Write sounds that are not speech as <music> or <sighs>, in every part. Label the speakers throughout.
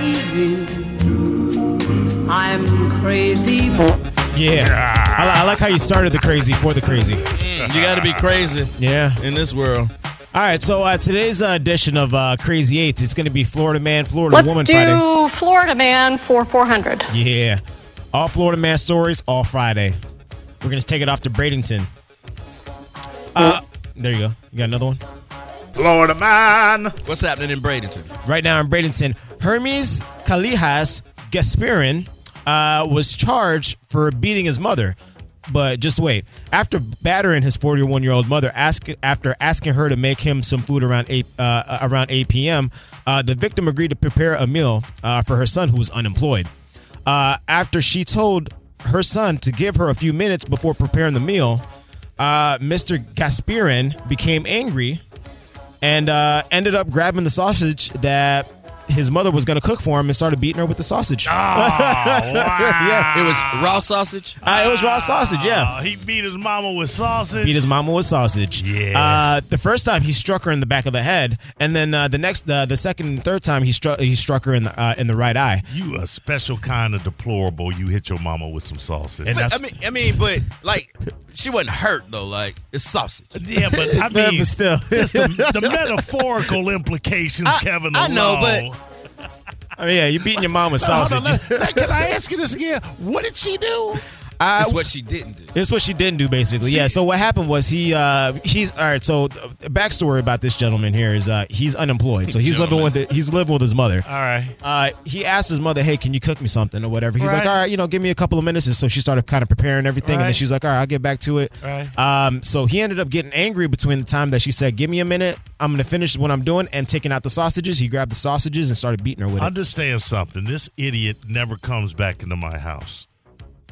Speaker 1: crazy. I'm crazy.
Speaker 2: Yeah. I, li- I like how you started the crazy for the crazy.
Speaker 3: Mm, You got to be crazy
Speaker 2: Yeah.
Speaker 3: in this world.
Speaker 2: All right. So uh, today's uh, edition of uh, Crazy Eights, it's going to be Florida man, Florida
Speaker 4: Let's
Speaker 2: woman
Speaker 4: do
Speaker 2: Friday.
Speaker 4: Florida Man for 400.
Speaker 2: Yeah. All Florida man stories, all Friday. We're going to take it off to Bradenton. Uh, there you go. You got another one?
Speaker 5: Florida man.
Speaker 3: What's happening in Bradenton?
Speaker 2: right now in Bradenton. Hermes Calijas Gasparin uh, was charged for beating his mother. But just wait. After battering his 41 year old mother, ask, after asking her to make him some food around 8, uh, around 8 p.m., uh, the victim agreed to prepare a meal uh, for her son who was unemployed. Uh, after she told her son to give her a few minutes before preparing the meal, uh, Mr. Gasparin became angry and uh, ended up grabbing the sausage that his mother was going to cook for him and started beating her with the sausage.
Speaker 5: Ah.
Speaker 3: It was
Speaker 2: Ah.
Speaker 3: raw sausage.
Speaker 2: Uh, it was raw sausage, yeah.
Speaker 5: Uh, he beat his mama with sausage.
Speaker 2: Beat his mama with sausage.
Speaker 5: Yeah.
Speaker 2: Uh, the first time he struck her in the back of the head, and then uh, the next, uh, the second and third time he struck, he struck her in the uh, in the right eye.
Speaker 5: You a special kind of deplorable. You hit your mama with some sausage.
Speaker 2: And
Speaker 3: But,
Speaker 2: that's
Speaker 3: I mean, I mean, but like, she wasn't hurt though. Like, it's sausage.
Speaker 5: yeah, but <laughs> I
Speaker 2: Yeah,
Speaker 5: mean,
Speaker 2: but still. <laughs>
Speaker 5: just the, the metaphorical <laughs> implications,
Speaker 3: I-
Speaker 5: Kevin.
Speaker 3: I know, but-
Speaker 5: alone.
Speaker 2: I mean, yeah, you're beating your mom
Speaker 5: <laughs>
Speaker 2: with sausage.
Speaker 5: can I ask you this again? What did she do?
Speaker 2: I-
Speaker 3: That's what she didn't
Speaker 2: <laughs>
Speaker 3: do.
Speaker 2: This is what she didn't do, basically. Yeah. So what happened was he uh, he's all right. So the backstory about this gentleman here is uh, he's unemployed, so he's living with the, he's living with his mother.
Speaker 5: All right.
Speaker 2: Uh, he asked his mother, "Hey, can you cook me something or whatever?" He's like,
Speaker 5: Right.
Speaker 2: "All right, you know, give me a couple of minutes." And so she started kind of preparing everything, and then
Speaker 5: Right.
Speaker 2: she's like, "All right, I'll get back to it."
Speaker 5: Right.
Speaker 2: Um, so he ended up getting angry between the time that she said, "Give me a minute, I'm gonna finish what I'm doing," and taking out the sausages. He grabbed the sausages and started beating her with it.
Speaker 5: Understand something. This idiot never comes back into my house.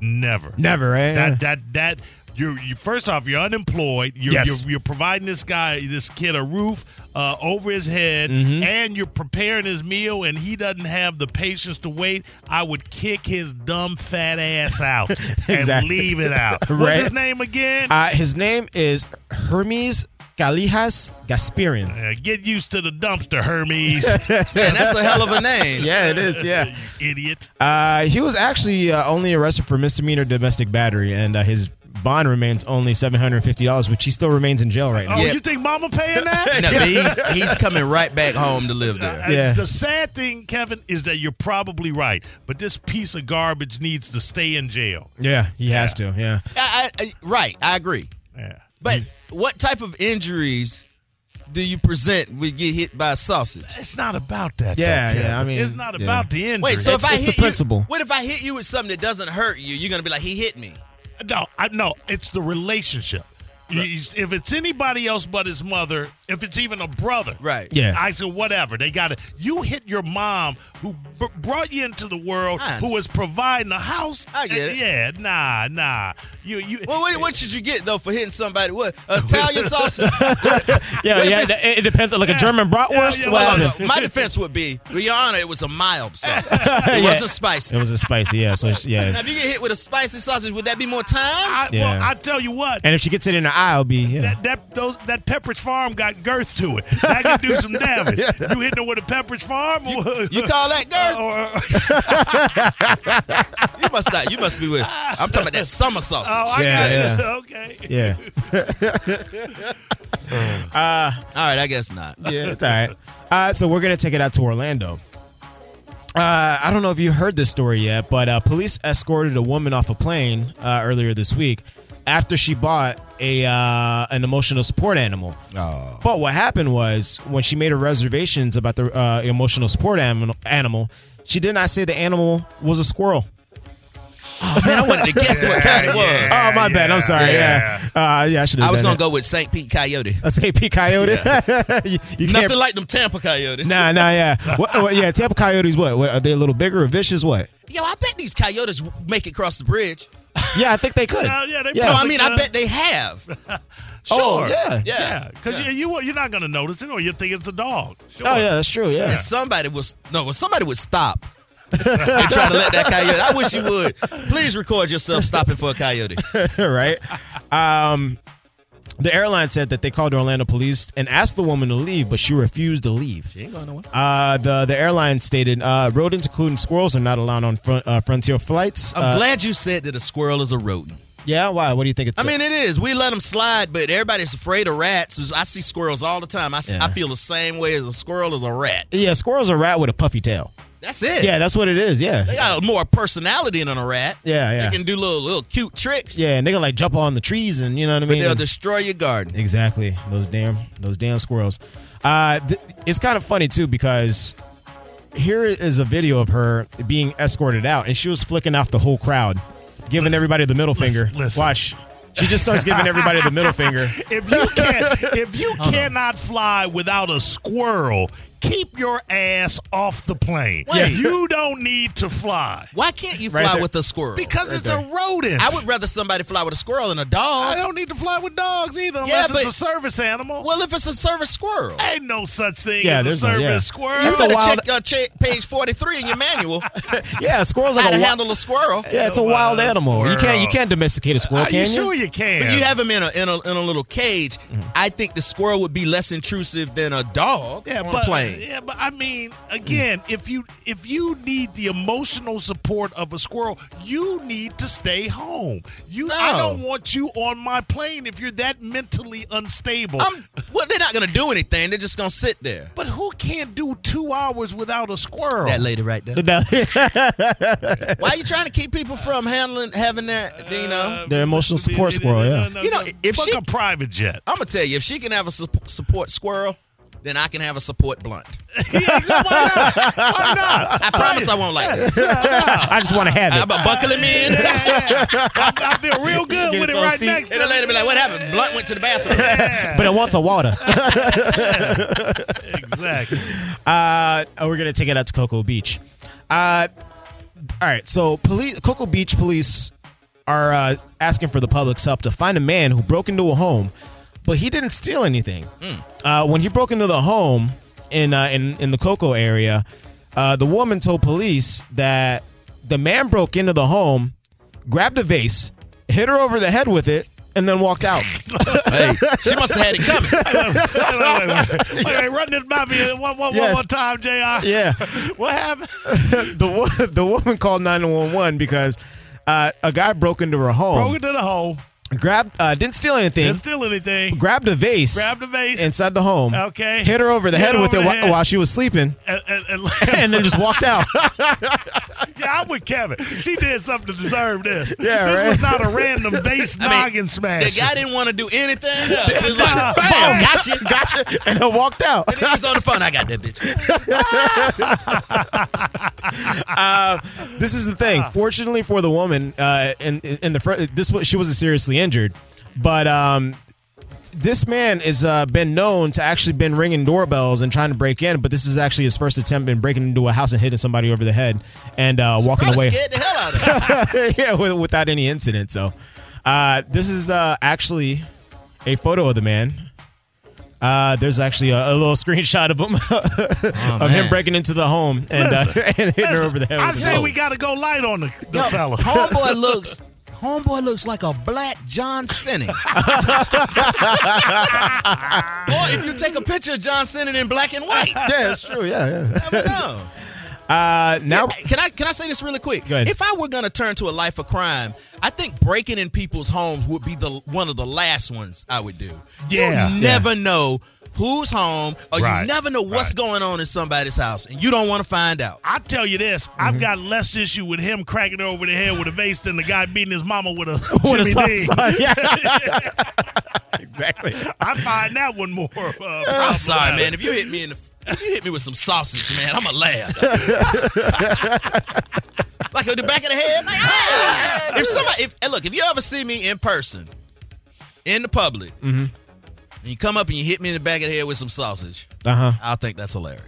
Speaker 5: Never.
Speaker 2: Never, eh? right?
Speaker 5: That that that you're you first off you're unemployed. You're
Speaker 2: Yes.
Speaker 5: you're, you're providing this guy this kid a roof uh, over his head,
Speaker 2: Mm-hmm.
Speaker 5: and you're preparing his meal, and he doesn't have the patience to wait. I would kick his dumb fat
Speaker 2: <laughs>
Speaker 5: ass out and
Speaker 2: Exactly.
Speaker 5: leave
Speaker 2: <laughs>
Speaker 5: it out. What's
Speaker 2: Right.
Speaker 5: his name again?
Speaker 2: Uh, his name is Hermes Calijas Gasparian.
Speaker 5: Uh, get used to the
Speaker 2: <laughs>
Speaker 5: dumpster, Hermes.
Speaker 3: Man, that's a hell of a name.
Speaker 2: Yeah, it is. Yeah.
Speaker 5: you idiot.
Speaker 2: Uh, he was actually uh, only arrested for misdemeanor domestic battery, and uh, his bond remains only $750, which he still remains in jail right now.
Speaker 5: Oh,
Speaker 3: Yeah.
Speaker 5: you think Mama paying that?
Speaker 2: <laughs>
Speaker 3: No, but he's, he's coming right back home to live there.
Speaker 5: I-
Speaker 2: Yeah.
Speaker 5: The sad thing, Kevin, is that you're probably right, but this piece of garbage needs to stay in jail.
Speaker 2: Yeah, he has to. Yeah.
Speaker 3: I, I, I- right, I agree.
Speaker 5: Yeah.
Speaker 2: Mm.
Speaker 3: But what type of injuries do you present when you get hit by a sausage?
Speaker 5: It's not about that. though,
Speaker 2: Yeah, yeah,
Speaker 5: Kevin.
Speaker 2: I mean,
Speaker 5: it's not
Speaker 2: yeah.
Speaker 5: about the injury.
Speaker 3: Wait, so
Speaker 2: It's-
Speaker 3: if I
Speaker 2: it's the
Speaker 3: hit you-
Speaker 2: principle.
Speaker 3: what if I hit you with something that doesn't hurt you? You're gonna be like, he hit me.
Speaker 5: no, I no, it's the relationship. You- you- If it's anybody else but his mother, if it's even a brother,
Speaker 3: Right.
Speaker 2: Yeah.
Speaker 5: I said whatever. They got it. You hit your mom, who b- brought you into the world,
Speaker 3: I
Speaker 5: who was providing a house.
Speaker 3: I get it.
Speaker 5: Yeah, nah, nah. You, you.
Speaker 3: Well, what, what should you get though for hitting somebody? What Italian
Speaker 5: <laughs>
Speaker 3: sausage?
Speaker 2: Yeah,
Speaker 3: What if
Speaker 2: yeah.
Speaker 3: it's-
Speaker 2: It, it depends. Like a German bratwurst.
Speaker 5: yeah,
Speaker 2: what
Speaker 3: Well,
Speaker 2: happened?
Speaker 3: no, my defense would be, well, Your Honor, it was a mild
Speaker 5: <laughs>
Speaker 3: sausage.
Speaker 2: Yeah.
Speaker 3: It wasn't spicy.
Speaker 2: It was a spicy. Yeah. So it's-
Speaker 3: now,
Speaker 2: yeah.
Speaker 3: if you get hit with a spicy sausage, would that be more time?
Speaker 5: I,
Speaker 2: Yeah.
Speaker 5: Well, I tell you what.
Speaker 2: And if she gets it in her eye, it'll be yeah.
Speaker 5: That that those that Pepperidge Farm got girth to it. That can do
Speaker 3: <laughs>
Speaker 5: some damage. You hitting it with a Pepperidge Farm? Or,
Speaker 3: You call that girl?
Speaker 5: <laughs> or- or-
Speaker 3: You must not. You must be with. I'm talking about that summer sausage.
Speaker 5: oh, I
Speaker 2: Yeah,
Speaker 5: got it.
Speaker 2: yeah.
Speaker 5: <laughs> Okay.
Speaker 2: Yeah.
Speaker 3: All right, I guess not.
Speaker 2: Yeah, it's all right. Uh, so we're gonna take it out to Orlando. Uh, I don't know if you heard this story yet, but uh, police escorted a woman off a plane uh, earlier this week after she bought a uh, an emotional support animal.
Speaker 5: Oh.
Speaker 2: But what happened was when she made her reservations about the uh, emotional support animal, animal, she did not say the animal was a squirrel.
Speaker 3: <laughs> Man, I wanted to guess what kind it was.
Speaker 2: oh my bad. I'm sorry.
Speaker 5: yeah.
Speaker 2: Yeah, uh, yeah. I should.
Speaker 3: I was gonna go with St. Pete Coyote.
Speaker 2: <laughs> Let's say P Coyote. <laughs> you, you can't.
Speaker 3: Nothing like them Tampa Coyotes.
Speaker 2: Nah, nah, yeah. What, what, yeah, Tampa Coyotes, what, what? Are they a little bigger or vicious? What?
Speaker 3: Yo, I bet these Coyotes w- make it cross the bridge.
Speaker 2: Yeah, I think they could.
Speaker 5: Yeah, yeah, they
Speaker 3: No, I
Speaker 5: probably-
Speaker 3: mean, I bet they have.
Speaker 2: Oh,
Speaker 5: Sure.
Speaker 2: yeah.
Speaker 3: Yeah.
Speaker 5: <laughs> Yeah. Because you, you you're not gonna notice it, or you think it's a dog. Sure.
Speaker 2: Oh, yeah, that's true. Yeah.
Speaker 3: And somebody was no, but somebody would stop and try to let that coyote. I wish
Speaker 2: <laughs>
Speaker 3: you would. Please record yourself stopping for a coyote.
Speaker 2: right? Um, The airline said that they called the Orlando police and asked the woman to leave, but she refused to leave.
Speaker 3: She ain't going nowhere.
Speaker 2: Uh, the the airline stated uh, rodents, including squirrels, are not allowed on front, uh, frontier flights.
Speaker 3: I'm
Speaker 2: Uh,
Speaker 3: glad you said that a squirrel is a rodent.
Speaker 2: yeah, why? What do you think? It's
Speaker 3: I mean, it is. We let them slide, but everybody's afraid of rats. I see squirrels all the time. I, s-
Speaker 2: Yeah.
Speaker 3: I feel the same way as a squirrel is a rat.
Speaker 2: yeah, squirrels are rat with a puffy tail.
Speaker 3: That's
Speaker 2: <laughs>
Speaker 3: it.
Speaker 2: Yeah, that's what it is.
Speaker 3: They
Speaker 2: Yeah,
Speaker 3: got more personality than a rat.
Speaker 2: Yeah, yeah.
Speaker 3: They can do little little cute tricks.
Speaker 2: yeah, and they can like jump on the trees and you know what I
Speaker 3: But
Speaker 2: mean.
Speaker 3: they'll
Speaker 2: And-
Speaker 3: destroy your garden.
Speaker 2: Exactly. Those damn those damn squirrels. Uh, th- it's kind of funny too because here is a video of her being escorted out, and she was flicking off the whole crowd, giving everybody the middle
Speaker 5: Listen,
Speaker 2: finger.
Speaker 5: listen.
Speaker 2: Watch. She just starts giving everybody the middle finger.
Speaker 3: <laughs>
Speaker 5: If you can if you cannot fly without a squirrel, keep your ass off the plane.
Speaker 3: Wait.
Speaker 5: You don't need to fly.
Speaker 3: Why can't you
Speaker 2: Right
Speaker 3: fly
Speaker 2: there.
Speaker 3: with a squirrel?
Speaker 5: Because
Speaker 2: Right
Speaker 5: it's
Speaker 2: there.
Speaker 5: a rodent.
Speaker 3: I would rather somebody fly with a squirrel than a
Speaker 5: I
Speaker 3: dog.
Speaker 5: don't need to fly with dogs either
Speaker 3: Yeah,
Speaker 5: unless it's
Speaker 3: but-
Speaker 5: a service animal.
Speaker 3: Well, if it's a service squirrel,
Speaker 5: Ain't no such thing
Speaker 2: Yeah,
Speaker 5: as a
Speaker 2: there's no-
Speaker 5: service
Speaker 2: yeah.
Speaker 5: squirrel.
Speaker 3: you
Speaker 2: That's a
Speaker 3: better
Speaker 2: wild-
Speaker 3: check uh, check page forty three in your manual
Speaker 2: Yeah, squirrels
Speaker 3: how
Speaker 2: like
Speaker 3: to
Speaker 2: a wi-
Speaker 3: handle a squirrel.
Speaker 2: yeah, it's a wild animal. You can't you can't domesticate a squirrel,
Speaker 5: Are Ah, you
Speaker 2: can you?
Speaker 5: sure you can?
Speaker 3: But you have them in a in a, in a little cage. I think the squirrel would be less intrusive than a dog
Speaker 5: yeah,
Speaker 3: on
Speaker 5: but,
Speaker 3: a plane.
Speaker 5: Yeah, but I mean, again, if you if you need the emotional support of a squirrel, you need to stay home. You, I
Speaker 3: No.
Speaker 5: don't want you on my plane if you're that mentally unstable.
Speaker 3: I'm, well, they're not gonna do anything. They're just gonna sit there.
Speaker 5: but who can't do two hours without a squirrel?
Speaker 3: That lady right there. Why are you trying to keep people from handling having their you know?
Speaker 2: Their emotional support squirrel, yeah.
Speaker 3: You know, if
Speaker 5: fuck
Speaker 3: she-
Speaker 5: a
Speaker 3: <laughs>
Speaker 5: private jet.
Speaker 3: I'm gonna tell you, if she can have a sup- support squirrel, then I can have a support blunt.
Speaker 5: Yeah, why not? Why not?
Speaker 3: I promise I won't like
Speaker 2: <laughs>
Speaker 3: this.
Speaker 2: I just want to have
Speaker 3: I'm
Speaker 2: it.
Speaker 3: about buckling me in. And
Speaker 5: <laughs> I, I feel real good
Speaker 2: Get
Speaker 5: with
Speaker 2: its
Speaker 5: it
Speaker 2: own
Speaker 5: right
Speaker 2: seat.
Speaker 5: next. to
Speaker 3: the lady be like, "What happened? Blunt went to the bathroom." <laughs>
Speaker 2: But it wants a water.
Speaker 5: Exactly.
Speaker 2: Uh, oh, we're gonna take it out to Cocoa Beach. Uh, all right. So, police, Cocoa Beach police are uh, asking for the public's help to find a man who broke into a home, but he didn't steal anything. Uh, when he broke into the home in uh, in in the Cocoa area, uh, the woman told police that the man broke into the home, grabbed a vase, hit her over the head with it, and then walked out.
Speaker 3: hey, she must have had it coming.
Speaker 5: wait, wait, wait, wait. Wait, wait, run this by me one, one,
Speaker 2: Yes.
Speaker 5: one more time, Jr.
Speaker 2: yeah.
Speaker 5: <laughs> What happened?
Speaker 2: the wo- <laughs> the woman called 911 because uh, a guy broke into her
Speaker 5: Broke
Speaker 2: home,
Speaker 5: into the hole.
Speaker 2: grabbed uh, didn't steal anything,
Speaker 5: Didn't steal anything.
Speaker 2: grabbed a vase,
Speaker 5: Grabbed a vase.
Speaker 2: inside the home,
Speaker 5: Okay.
Speaker 2: hit her over the
Speaker 5: Hit
Speaker 2: head
Speaker 5: her
Speaker 2: with
Speaker 5: over
Speaker 2: it
Speaker 5: the
Speaker 2: whi-
Speaker 5: head.
Speaker 2: while she was sleeping,
Speaker 5: And, and, and, <laughs>
Speaker 2: and then just walked out. <laughs>
Speaker 5: yeah, I'm with Kevin. She did something to deserve this.
Speaker 2: Yeah,
Speaker 5: this
Speaker 2: right.
Speaker 5: was not a
Speaker 2: <laughs>
Speaker 5: random base
Speaker 3: I mean,
Speaker 5: noggin
Speaker 3: The
Speaker 5: smash. Uh,
Speaker 3: guy didn't want to do anything else. It was
Speaker 5: Nah.
Speaker 3: like, bam, gotcha.
Speaker 2: gotcha, and then walked out.
Speaker 3: And he was on the phone. I got that bitch.
Speaker 2: This is the thing.
Speaker 5: Ah.
Speaker 2: Fortunately for the woman, uh, in in the fr- this was- she wasn't seriously injured, but um. This man has uh, been known to actually been ringing doorbells and trying to break in, but this is actually his first attempt in breaking into a house and hitting somebody over the head and uh, walking
Speaker 3: Probably
Speaker 2: away.
Speaker 3: scared the hell out of him.
Speaker 2: yeah, with, without any incident. So, uh, this is uh, actually a photo of the man. Uh, there's actually a, a little <laughs> screenshot of him <laughs> of him
Speaker 3: Oh, man.
Speaker 2: breaking into the home and uh, <laughs> and hitting her over the head.
Speaker 5: I
Speaker 2: with a
Speaker 5: say
Speaker 2: vase.
Speaker 5: we got to go light on the, the
Speaker 3: Yo,
Speaker 2: <laughs>
Speaker 5: fella.
Speaker 3: Homeboy looks. Homeboy looks like a black John Cena.
Speaker 2: <laughs>
Speaker 3: or if you take a picture of John Cena in black and white,
Speaker 2: yeah, it's true. Yeah,
Speaker 3: I don't know.
Speaker 2: yeah. Uh, now,
Speaker 3: Yeah, can I can I say this really quick?
Speaker 2: Go ahead.
Speaker 3: If I were gonna turn to a life of crime, I think breaking in people's homes would be the one of the last ones I would do.
Speaker 5: Yeah.
Speaker 3: you never know who's home, or
Speaker 5: Right,
Speaker 3: you never know what's
Speaker 5: right.
Speaker 3: going on in somebody's house, and you don't want to find out.
Speaker 5: I tell you this,
Speaker 2: Mm-hmm.
Speaker 5: I've got less issue with him cracking her over the head with a vase than the guy beating his mama
Speaker 2: <laughs>
Speaker 5: with a
Speaker 2: what a
Speaker 5: Jimmy
Speaker 2: soft
Speaker 5: Dean.
Speaker 2: side. Yeah. <laughs>
Speaker 3: <laughs>
Speaker 2: exactly.
Speaker 5: I find that one more. Uh,
Speaker 3: I'm
Speaker 2: <laughs>
Speaker 5: problematic.
Speaker 3: sorry, man. If you hit me in the if you hit me with some sausage, man, I'ma laugh. <laughs> like on the back of the head. Like, ah! If somebody, if and look, if you ever see me in person, in the public,
Speaker 2: Mm-hmm.
Speaker 3: and you come up and you hit me in the back of the head with some sausage,
Speaker 2: Uh huh.
Speaker 3: I'll think that's hilarious.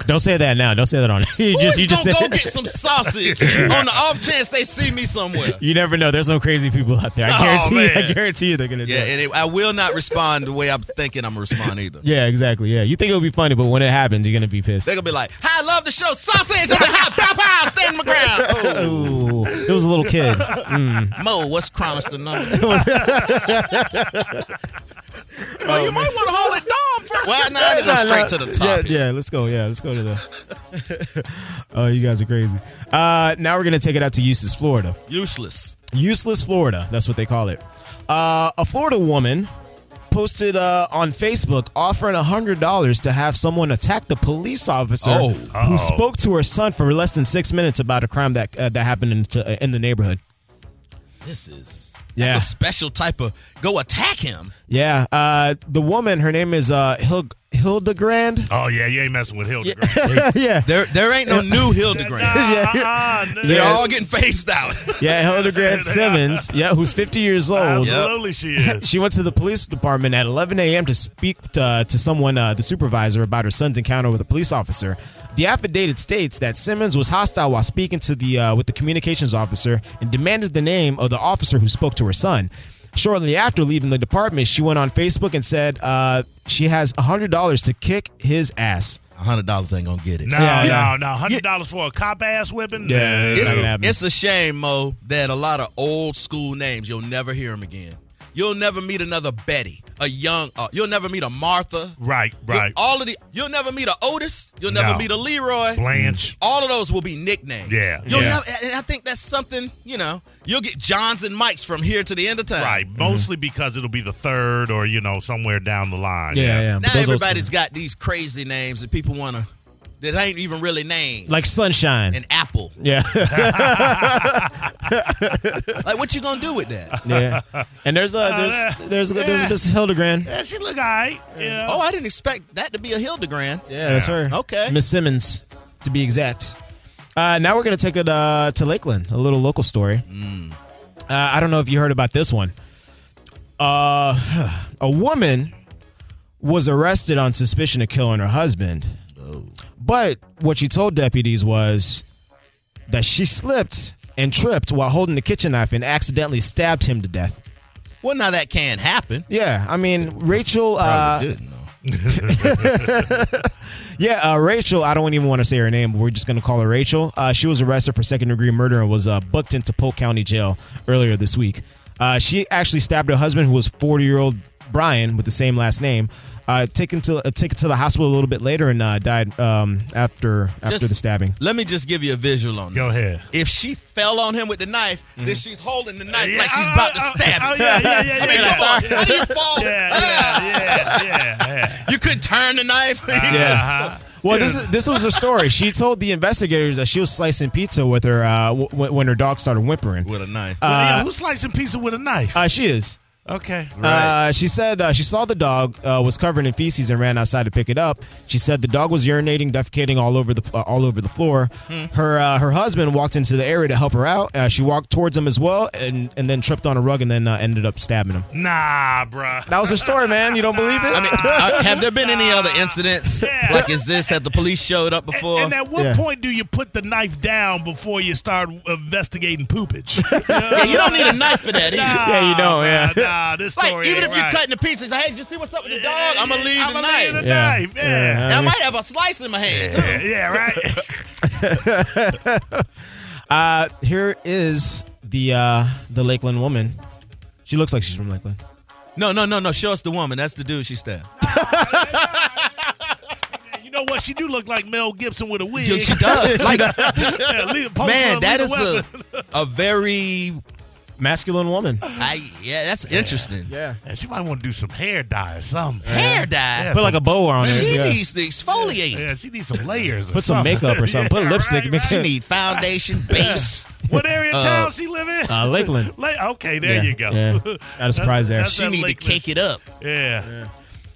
Speaker 2: Don't say that now. Don't say that on. <laughs> you
Speaker 3: Who
Speaker 2: just
Speaker 3: is
Speaker 2: you just
Speaker 3: gonna
Speaker 2: said.
Speaker 3: go get
Speaker 2: <laughs>
Speaker 3: some sausage on the off chance they see me somewhere?
Speaker 2: You never know. There's some crazy people out there. I
Speaker 3: Oh,
Speaker 2: guarantee. I
Speaker 3: man.
Speaker 2: guarantee you they're gonna
Speaker 3: Yeah,
Speaker 2: do. It.
Speaker 3: and it, I will not respond the way I'm thinking I'm gonna respond either.
Speaker 2: Yeah, exactly. Yeah, you think it'll be funny, but when it happens, you're gonna be pissed.
Speaker 3: They're gonna be like, "Hi, I love the show, sausage on the hot pow pow, stand my ground."
Speaker 2: <laughs>
Speaker 3: Oh.
Speaker 2: Ooh, it was a Mm.
Speaker 3: <laughs>
Speaker 2: little kid.
Speaker 3: Mo, what's Chronos the number? Well, you might want to hold it down first. Well, nah, they go straight to the topic.
Speaker 2: Yeah, yeah, let's go. Yeah, let's go to the. <laughs> oh, you guys are crazy. Uh, now we're gonna take it out to Useless, Florida.
Speaker 3: Useless.
Speaker 2: Useless Florida. That's what they call it. Uh, a Florida woman posted uh, on Facebook offering hundred dollars to have someone attack the police officer
Speaker 3: Oh.
Speaker 5: Uh-oh.
Speaker 2: who spoke to her son for less than six minutes about a crime that uh, that happened in, to, in the neighborhood.
Speaker 3: This is yeah.
Speaker 2: Yeah.
Speaker 3: that's a special type of go attack him.
Speaker 2: Yeah, uh, the woman, her name is uh, Hil- Hildegrand. <laughs>
Speaker 5: Oh yeah, you ain't messing with Hildegrand.
Speaker 2: yeah, <laughs>
Speaker 3: There there ain't <laughs> no new Hildegrand.
Speaker 5: yeah.
Speaker 3: <laughs> They're
Speaker 2: Yeah.
Speaker 3: all getting phased out.
Speaker 2: yeah,
Speaker 3: <laughs>
Speaker 2: Hildegrand Simmons. Yeah, who's 50 years old.
Speaker 5: Absolutely, she is.
Speaker 2: She went to the police department at 11 a.m. to speak uh, to someone, uh, the supervisor, about her son's encounter with a police officer. The affidavit states that Simmons was hostile while speaking to the uh, with the communications officer and demanded the name of the officer who spoke to her son. Shortly after leaving the department, she went on Facebook and said uh, she has $100 to kick his ass.
Speaker 3: hundred dollars ain't gonna get it.
Speaker 5: No,
Speaker 2: Yeah, yeah.
Speaker 5: no, no. Hundred dollars for a cop ass whipping.
Speaker 2: Yeah,
Speaker 5: Nah,
Speaker 2: it's
Speaker 5: no.
Speaker 2: not gonna happen.
Speaker 3: It's a shame, Mo, that a lot of old school names you'll never hear them again. You'll never meet another Betty, a young. Uh, you'll never meet a Martha.
Speaker 5: Right,
Speaker 3: You'll-
Speaker 5: right.
Speaker 3: all of the. You'll never meet a Otis. You'll never
Speaker 5: No.
Speaker 3: meet a Leroy.
Speaker 5: Blanche.
Speaker 3: All of those will be nicknames.
Speaker 5: Yeah,
Speaker 3: You'll
Speaker 5: yeah.
Speaker 3: Never, and I think that's something you know. You'll get Johns and Mikes from here to the end of time.
Speaker 5: Right, mostly because it'll be the third or you know somewhere down the line.
Speaker 2: but
Speaker 3: Now
Speaker 2: those old-
Speaker 3: everybody's got these crazy names that people want to. That ain't even really names.
Speaker 2: like sunshine.
Speaker 3: <laughs> an apple.
Speaker 2: yeah. <laughs>
Speaker 3: like what you gonna do
Speaker 2: <laughs>
Speaker 3: with that?
Speaker 2: yeah. And there's a there's there's there's
Speaker 5: Yeah.
Speaker 2: Miss Hildegrand.
Speaker 5: Yeah, she look alright. Yeah.
Speaker 3: Oh, I didn't expect that to be a Hildegrand.
Speaker 2: Yeah, that's her.
Speaker 3: Okay.
Speaker 2: Miss Simmons, to be exact. Uh, now we're going to take it uh, to Lakeland, a little local story.
Speaker 3: Mm.
Speaker 2: Uh, I don't know if you heard about this one. Uh, <sighs> a woman was arrested on suspicion of killing her husband.
Speaker 3: Oh.
Speaker 2: But what she told deputies was that she slipped and tripped while holding the kitchen knife and accidentally stabbed him to death.
Speaker 3: Well, now that can happen.
Speaker 2: Yeah, I mean, Rachel. Uh,
Speaker 3: Probably didn't, though.
Speaker 2: Yeah, uh, Rachel. I don't even want to say her name, but we're just going to call her Rachel. Uh, she was arrested for second degree murder and was uh, booked into Polk County Jail earlier this week. Uh, she actually stabbed her husband, who was 40 year old Brian with the same last name. Uh, taken to uh, taken to the hospital a little bit later and uh, died um, after after
Speaker 3: Just-
Speaker 2: the stabbing.
Speaker 3: Let me just give you a visual on
Speaker 5: Go
Speaker 3: this.
Speaker 5: ahead.
Speaker 3: If she fell on him with the knife,
Speaker 2: Mm-hmm.
Speaker 3: then she's holding the knife
Speaker 5: Yeah,
Speaker 3: like she's
Speaker 5: oh,
Speaker 3: about
Speaker 5: <laughs> oh,
Speaker 3: to stab
Speaker 5: oh,
Speaker 3: him.
Speaker 5: yeah, yeah, yeah,
Speaker 3: <laughs> I mean,
Speaker 5: yeah.
Speaker 3: come on. How do you fall?
Speaker 5: Yeah, yeah, yeah, yeah, yeah.
Speaker 2: <laughs>
Speaker 5: Uh-huh.
Speaker 3: You could turn the knife.
Speaker 5: Yeah.
Speaker 2: Well, this is, this was her story. She told the investigators that she was slicing pizza with her uh, w- when her dog started whimpering.
Speaker 3: <laughs> With a knife.
Speaker 5: yeah, who's slicing pizza with a knife?
Speaker 2: Uh, she is.
Speaker 5: okay.
Speaker 3: Right.
Speaker 2: Uh, she said uh, she saw the dog uh, was covered in feces and ran outside to pick it up. She said the dog was urinating, defecating all over the uh, all over the floor. Her uh, her husband walked into the area to help her out. Uh, she walked towards him as well, and and then tripped on a rug and then uh, ended up stabbing him.
Speaker 5: Nah, bruh.
Speaker 2: That was her story, man. You don't believe it?
Speaker 3: I mean, uh, have there been any other incidents
Speaker 5: Yeah.
Speaker 3: like is this that the police showed up before?
Speaker 5: And at what
Speaker 2: Yeah.
Speaker 5: point do you put the knife down before you start investigating
Speaker 2: <laughs>
Speaker 5: poopage?
Speaker 3: yeah, you don't need a knife for
Speaker 5: <laughs>
Speaker 3: that. Either.
Speaker 2: Yeah, you don't, yeah.
Speaker 5: Nah, nah, this story.
Speaker 3: Like even
Speaker 5: ain't
Speaker 3: if you're
Speaker 5: right.
Speaker 3: cutting the pieces, like, hey, did you see what's up with the dog? I'm gonna leave the
Speaker 5: I'ma
Speaker 3: knife.
Speaker 5: Leave
Speaker 2: <laughs>
Speaker 5: the
Speaker 2: Yeah.
Speaker 5: knife. Yeah.
Speaker 3: And I might have a slice in my hand. too.
Speaker 5: Yeah, yeah,
Speaker 2: <laughs>
Speaker 5: right.
Speaker 2: uh, here is the uh, the Lakeland woman. She looks like she's from Lakeland.
Speaker 3: No, no, no, no. Show us the woman. That's the dude she stabbed.
Speaker 5: You know what? She do look like Mel Gibson with a wig.
Speaker 3: She does. Like,
Speaker 5: <laughs>
Speaker 2: <laughs>
Speaker 5: Yeah, leave- post her,
Speaker 3: man, that
Speaker 5: leave
Speaker 3: is
Speaker 5: the
Speaker 3: a,
Speaker 5: weapon.
Speaker 3: a very.
Speaker 2: Masculine woman.
Speaker 3: I, yeah, that's interesting.
Speaker 2: Yeah.
Speaker 5: Yeah, she might want to do some hair dye or something.
Speaker 3: Hair dye.
Speaker 5: Yeah,
Speaker 2: Put <laughs> like a bow on her.
Speaker 3: She
Speaker 2: yeah.
Speaker 3: needs to exfoliate.
Speaker 5: Yeah, she needs some layers. or
Speaker 2: Put some makeup or something. Put
Speaker 5: <laughs> Yeah,
Speaker 2: lipstick,
Speaker 5: right,
Speaker 2: make-
Speaker 5: right.
Speaker 3: She need
Speaker 5: <laughs>
Speaker 3: foundation, base.
Speaker 5: What area of
Speaker 3: Uh,
Speaker 5: town she live in?
Speaker 2: Uh, Lakeland.
Speaker 5: La- okay, there
Speaker 2: Yeah,
Speaker 5: you go.
Speaker 2: yeah. Not a surprise there.
Speaker 5: that's
Speaker 3: She
Speaker 5: that
Speaker 3: need to
Speaker 5: Lakeland-
Speaker 3: cake it up.
Speaker 5: <laughs>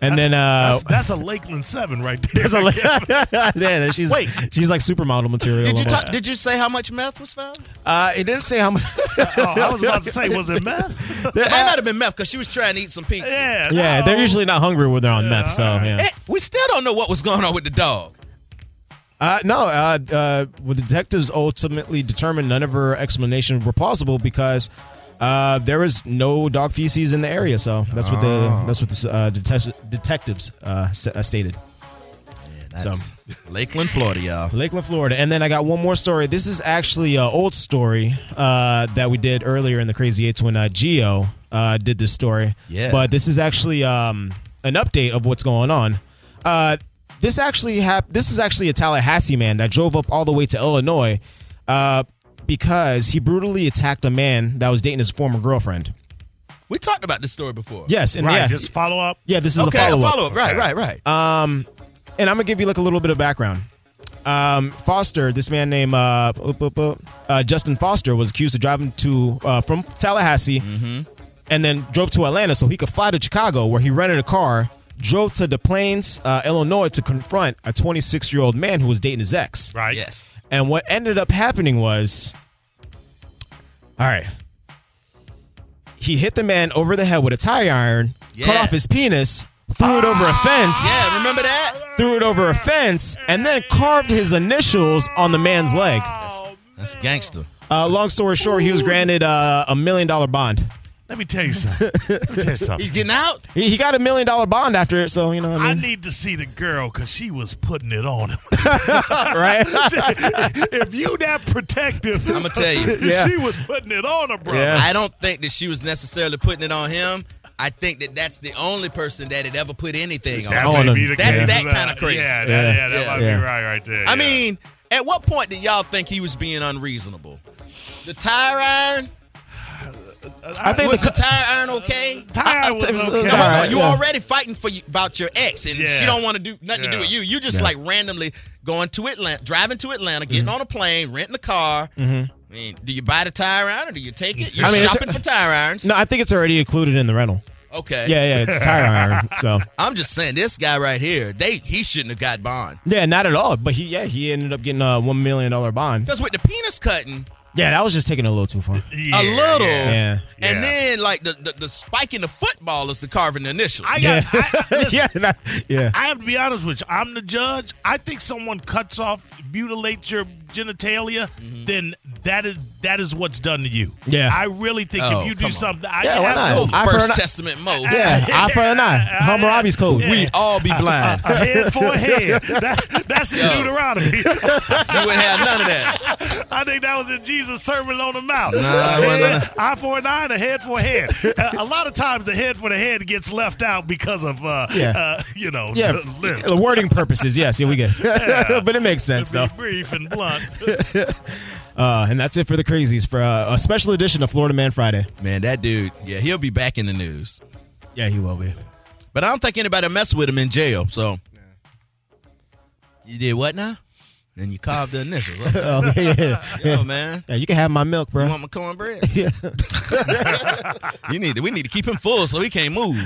Speaker 5: Yeah,
Speaker 2: And then uh,
Speaker 5: that's, that's a Lakeland
Speaker 2: <laughs>
Speaker 5: Seven right there. <laughs>
Speaker 2: That's a yeah, there, she's
Speaker 3: Wait.
Speaker 2: she's like supermodel material.
Speaker 3: Did you
Speaker 2: almost.
Speaker 3: talk, did you say how much meth was found?
Speaker 2: uh, it didn't say how much.
Speaker 5: oh, I was about to say, was it meth?
Speaker 3: Might not have been meth because she was trying to eat some pizza.
Speaker 5: yeah,
Speaker 2: <laughs> yeah,
Speaker 5: no.
Speaker 2: they're usually not hungry when they're on meth. So
Speaker 5: all right.
Speaker 2: yeah.
Speaker 3: Eh, We still don't know what was going on with the dog.
Speaker 2: Uh, no, uh, uh, well, the detectives ultimately determined none of her explanations were plausible because uh, there was no dog feces in the area. So that's what the that's what the uh, detec- detectives uh, s- uh, stated.
Speaker 3: That's Lakeland, Florida, y'all.
Speaker 2: Lakeland, Florida. And then I got one more story. This is actually an old story uh, that we did earlier in the Crazy Eights when uh, Geo uh, did this story.
Speaker 3: Yeah.
Speaker 2: But this is actually um, an update of what's going on. Uh, this actually hap- This is actually a Tallahassee man that drove up all the way to Illinois uh, because he brutally attacked a man that was dating his former girlfriend.
Speaker 3: We talked about this story before.
Speaker 2: Yes, and
Speaker 5: right.
Speaker 2: yeah,
Speaker 5: Just follow up.
Speaker 2: yeah, this is
Speaker 3: Okay, Uh,
Speaker 2: the
Speaker 3: a
Speaker 2: follow up.
Speaker 3: follow up. Right, right, right.
Speaker 2: and I'm gonna give you like a little bit of background. Um, Foster, this man named uh, oop, oop, oop, uh, Justin Foster, was accused of driving to uh, from Tallahassee,
Speaker 3: Mm-hmm.
Speaker 2: and then drove to Atlanta so he could fly to Chicago, where he rented a car, drove to the Plains, uh, Illinois, to confront a 26 year old man who was dating his ex.
Speaker 5: Right.
Speaker 3: yes.
Speaker 2: And what ended up happening was, all right, he hit the man over the head with a tire iron, cut
Speaker 3: Yeah.
Speaker 2: off his penis, threw it over a fence
Speaker 3: Yeah, remember that?
Speaker 2: threw it over a fence, and then carved his initials on the man's leg.
Speaker 3: That's gangster.
Speaker 2: Uh, long story short, he was granted uh, a million dollar bond.
Speaker 5: Let me tell you something. Let me
Speaker 2: <laughs>
Speaker 5: tell you something.
Speaker 3: He's getting out.
Speaker 2: He, he got a million dollar bond after it, so you know what
Speaker 5: I
Speaker 2: I mean,
Speaker 5: need to see the girl because she was putting it on him.
Speaker 2: right?
Speaker 5: <laughs> if you that protective,
Speaker 3: I'ma
Speaker 5: <laughs>
Speaker 3: tell you. <laughs>
Speaker 2: Yeah.
Speaker 5: she was putting it on her, bro.
Speaker 2: Yeah.
Speaker 3: I don't think that she was necessarily putting it on him. I think that that's the only person that had ever put anything on.
Speaker 5: That
Speaker 3: him.
Speaker 2: Oh,
Speaker 5: may
Speaker 2: no.
Speaker 5: be the
Speaker 3: That's
Speaker 5: case.
Speaker 3: that kinda crazy.
Speaker 5: Yeah, that,
Speaker 2: Yeah.
Speaker 5: yeah, that
Speaker 3: Yeah.
Speaker 5: might
Speaker 2: Yeah.
Speaker 5: be right, right there.
Speaker 3: I
Speaker 5: yeah.
Speaker 3: mean, at what point did y'all think he was being unreasonable? The tire iron?
Speaker 2: I think
Speaker 3: Was the
Speaker 2: the,
Speaker 3: tire iron okay?
Speaker 5: Tire
Speaker 2: I- I-
Speaker 5: was
Speaker 2: it was- it
Speaker 5: okay.
Speaker 2: was
Speaker 3: Come
Speaker 2: all
Speaker 3: on,
Speaker 2: right,
Speaker 3: you
Speaker 2: yeah.
Speaker 3: already fighting for you, about your ex, and
Speaker 5: Yeah.
Speaker 3: she don't want to do nothing to do
Speaker 5: Yeah.
Speaker 3: with you. You just
Speaker 2: Yeah. Mm-hmm.
Speaker 3: like randomly going to Atlanta, driving to Atlanta, getting on a plane, renting a car. I mean, do you buy the tire iron or do you take it? You're
Speaker 2: I mean, it's-
Speaker 3: shopping for tire irons.
Speaker 2: no, I think it's already included in the rental.
Speaker 3: Okay.
Speaker 2: Yeah, yeah, it's a tire iron. So
Speaker 3: I'm just saying, this guy right here, they he shouldn't have got bond.
Speaker 2: yeah, not at all. But he, yeah, he ended up getting a one million dollar bond.
Speaker 3: Because with the penis cutting,
Speaker 2: Yeah, that was just taking it a little too far.
Speaker 5: Yeah,
Speaker 3: a little,
Speaker 5: yeah.
Speaker 2: Yeah.
Speaker 5: Yeah.
Speaker 3: and then like the, the the spike in the football is the carving initial.
Speaker 5: I
Speaker 2: Yeah, <laughs>
Speaker 3: <laughs>
Speaker 5: got. I, listen,
Speaker 2: yeah, that- yeah.
Speaker 5: I have to be honest with you. I'm the judge. I think someone cuts off, mutilates your genitalia,
Speaker 3: Mm-hmm.
Speaker 5: then that is that is what's done to you.
Speaker 2: Yeah.
Speaker 5: I really think
Speaker 3: Oh,
Speaker 5: if you do
Speaker 3: come on.
Speaker 5: something, I
Speaker 2: Yeah, why not?
Speaker 5: absolutely.
Speaker 2: I've
Speaker 3: First
Speaker 2: heard I-
Speaker 3: Testament mode.
Speaker 2: Yeah, eye for an eye. Hammurabi's code.
Speaker 3: We'd all be
Speaker 2: <laughs>
Speaker 3: blind.
Speaker 5: A head for
Speaker 3: <laughs>
Speaker 5: a head. That, that's in
Speaker 3: Yo. <laughs>
Speaker 5: Deuteronomy.
Speaker 3: you wouldn't have none of that.
Speaker 5: I think that was in Jesus' Sermon on the Mount.
Speaker 3: Nah,
Speaker 5: A
Speaker 3: well,
Speaker 5: head-
Speaker 3: nah,
Speaker 5: eye for an eye, and a head for a head. Uh, a lot of times, the head for the head gets left out because of, uh,
Speaker 2: Yeah.
Speaker 5: uh, you know,
Speaker 2: Yeah,
Speaker 5: the lip.
Speaker 2: the wording purposes. Yes, yeah, we get it. <laughs> but it makes sense
Speaker 5: To
Speaker 2: though.
Speaker 5: be brief and blunt.
Speaker 2: Uh, and that's it for the crazies for uh, a special edition of Florida Man Friday.
Speaker 3: Man, that dude, yeah, he'll be back in the news.
Speaker 2: Yeah, he will be.
Speaker 3: But I don't think anybody messed with him in jail. So you did what now? And you carved the initials. Okay.
Speaker 2: Oh <laughs> yeah, yeah.
Speaker 3: Yo, man,
Speaker 2: Yeah, you can have my milk,
Speaker 3: you
Speaker 2: bro.
Speaker 3: want my cornbread? <laughs> Yeah. you need to, we need to keep him full so he can't move.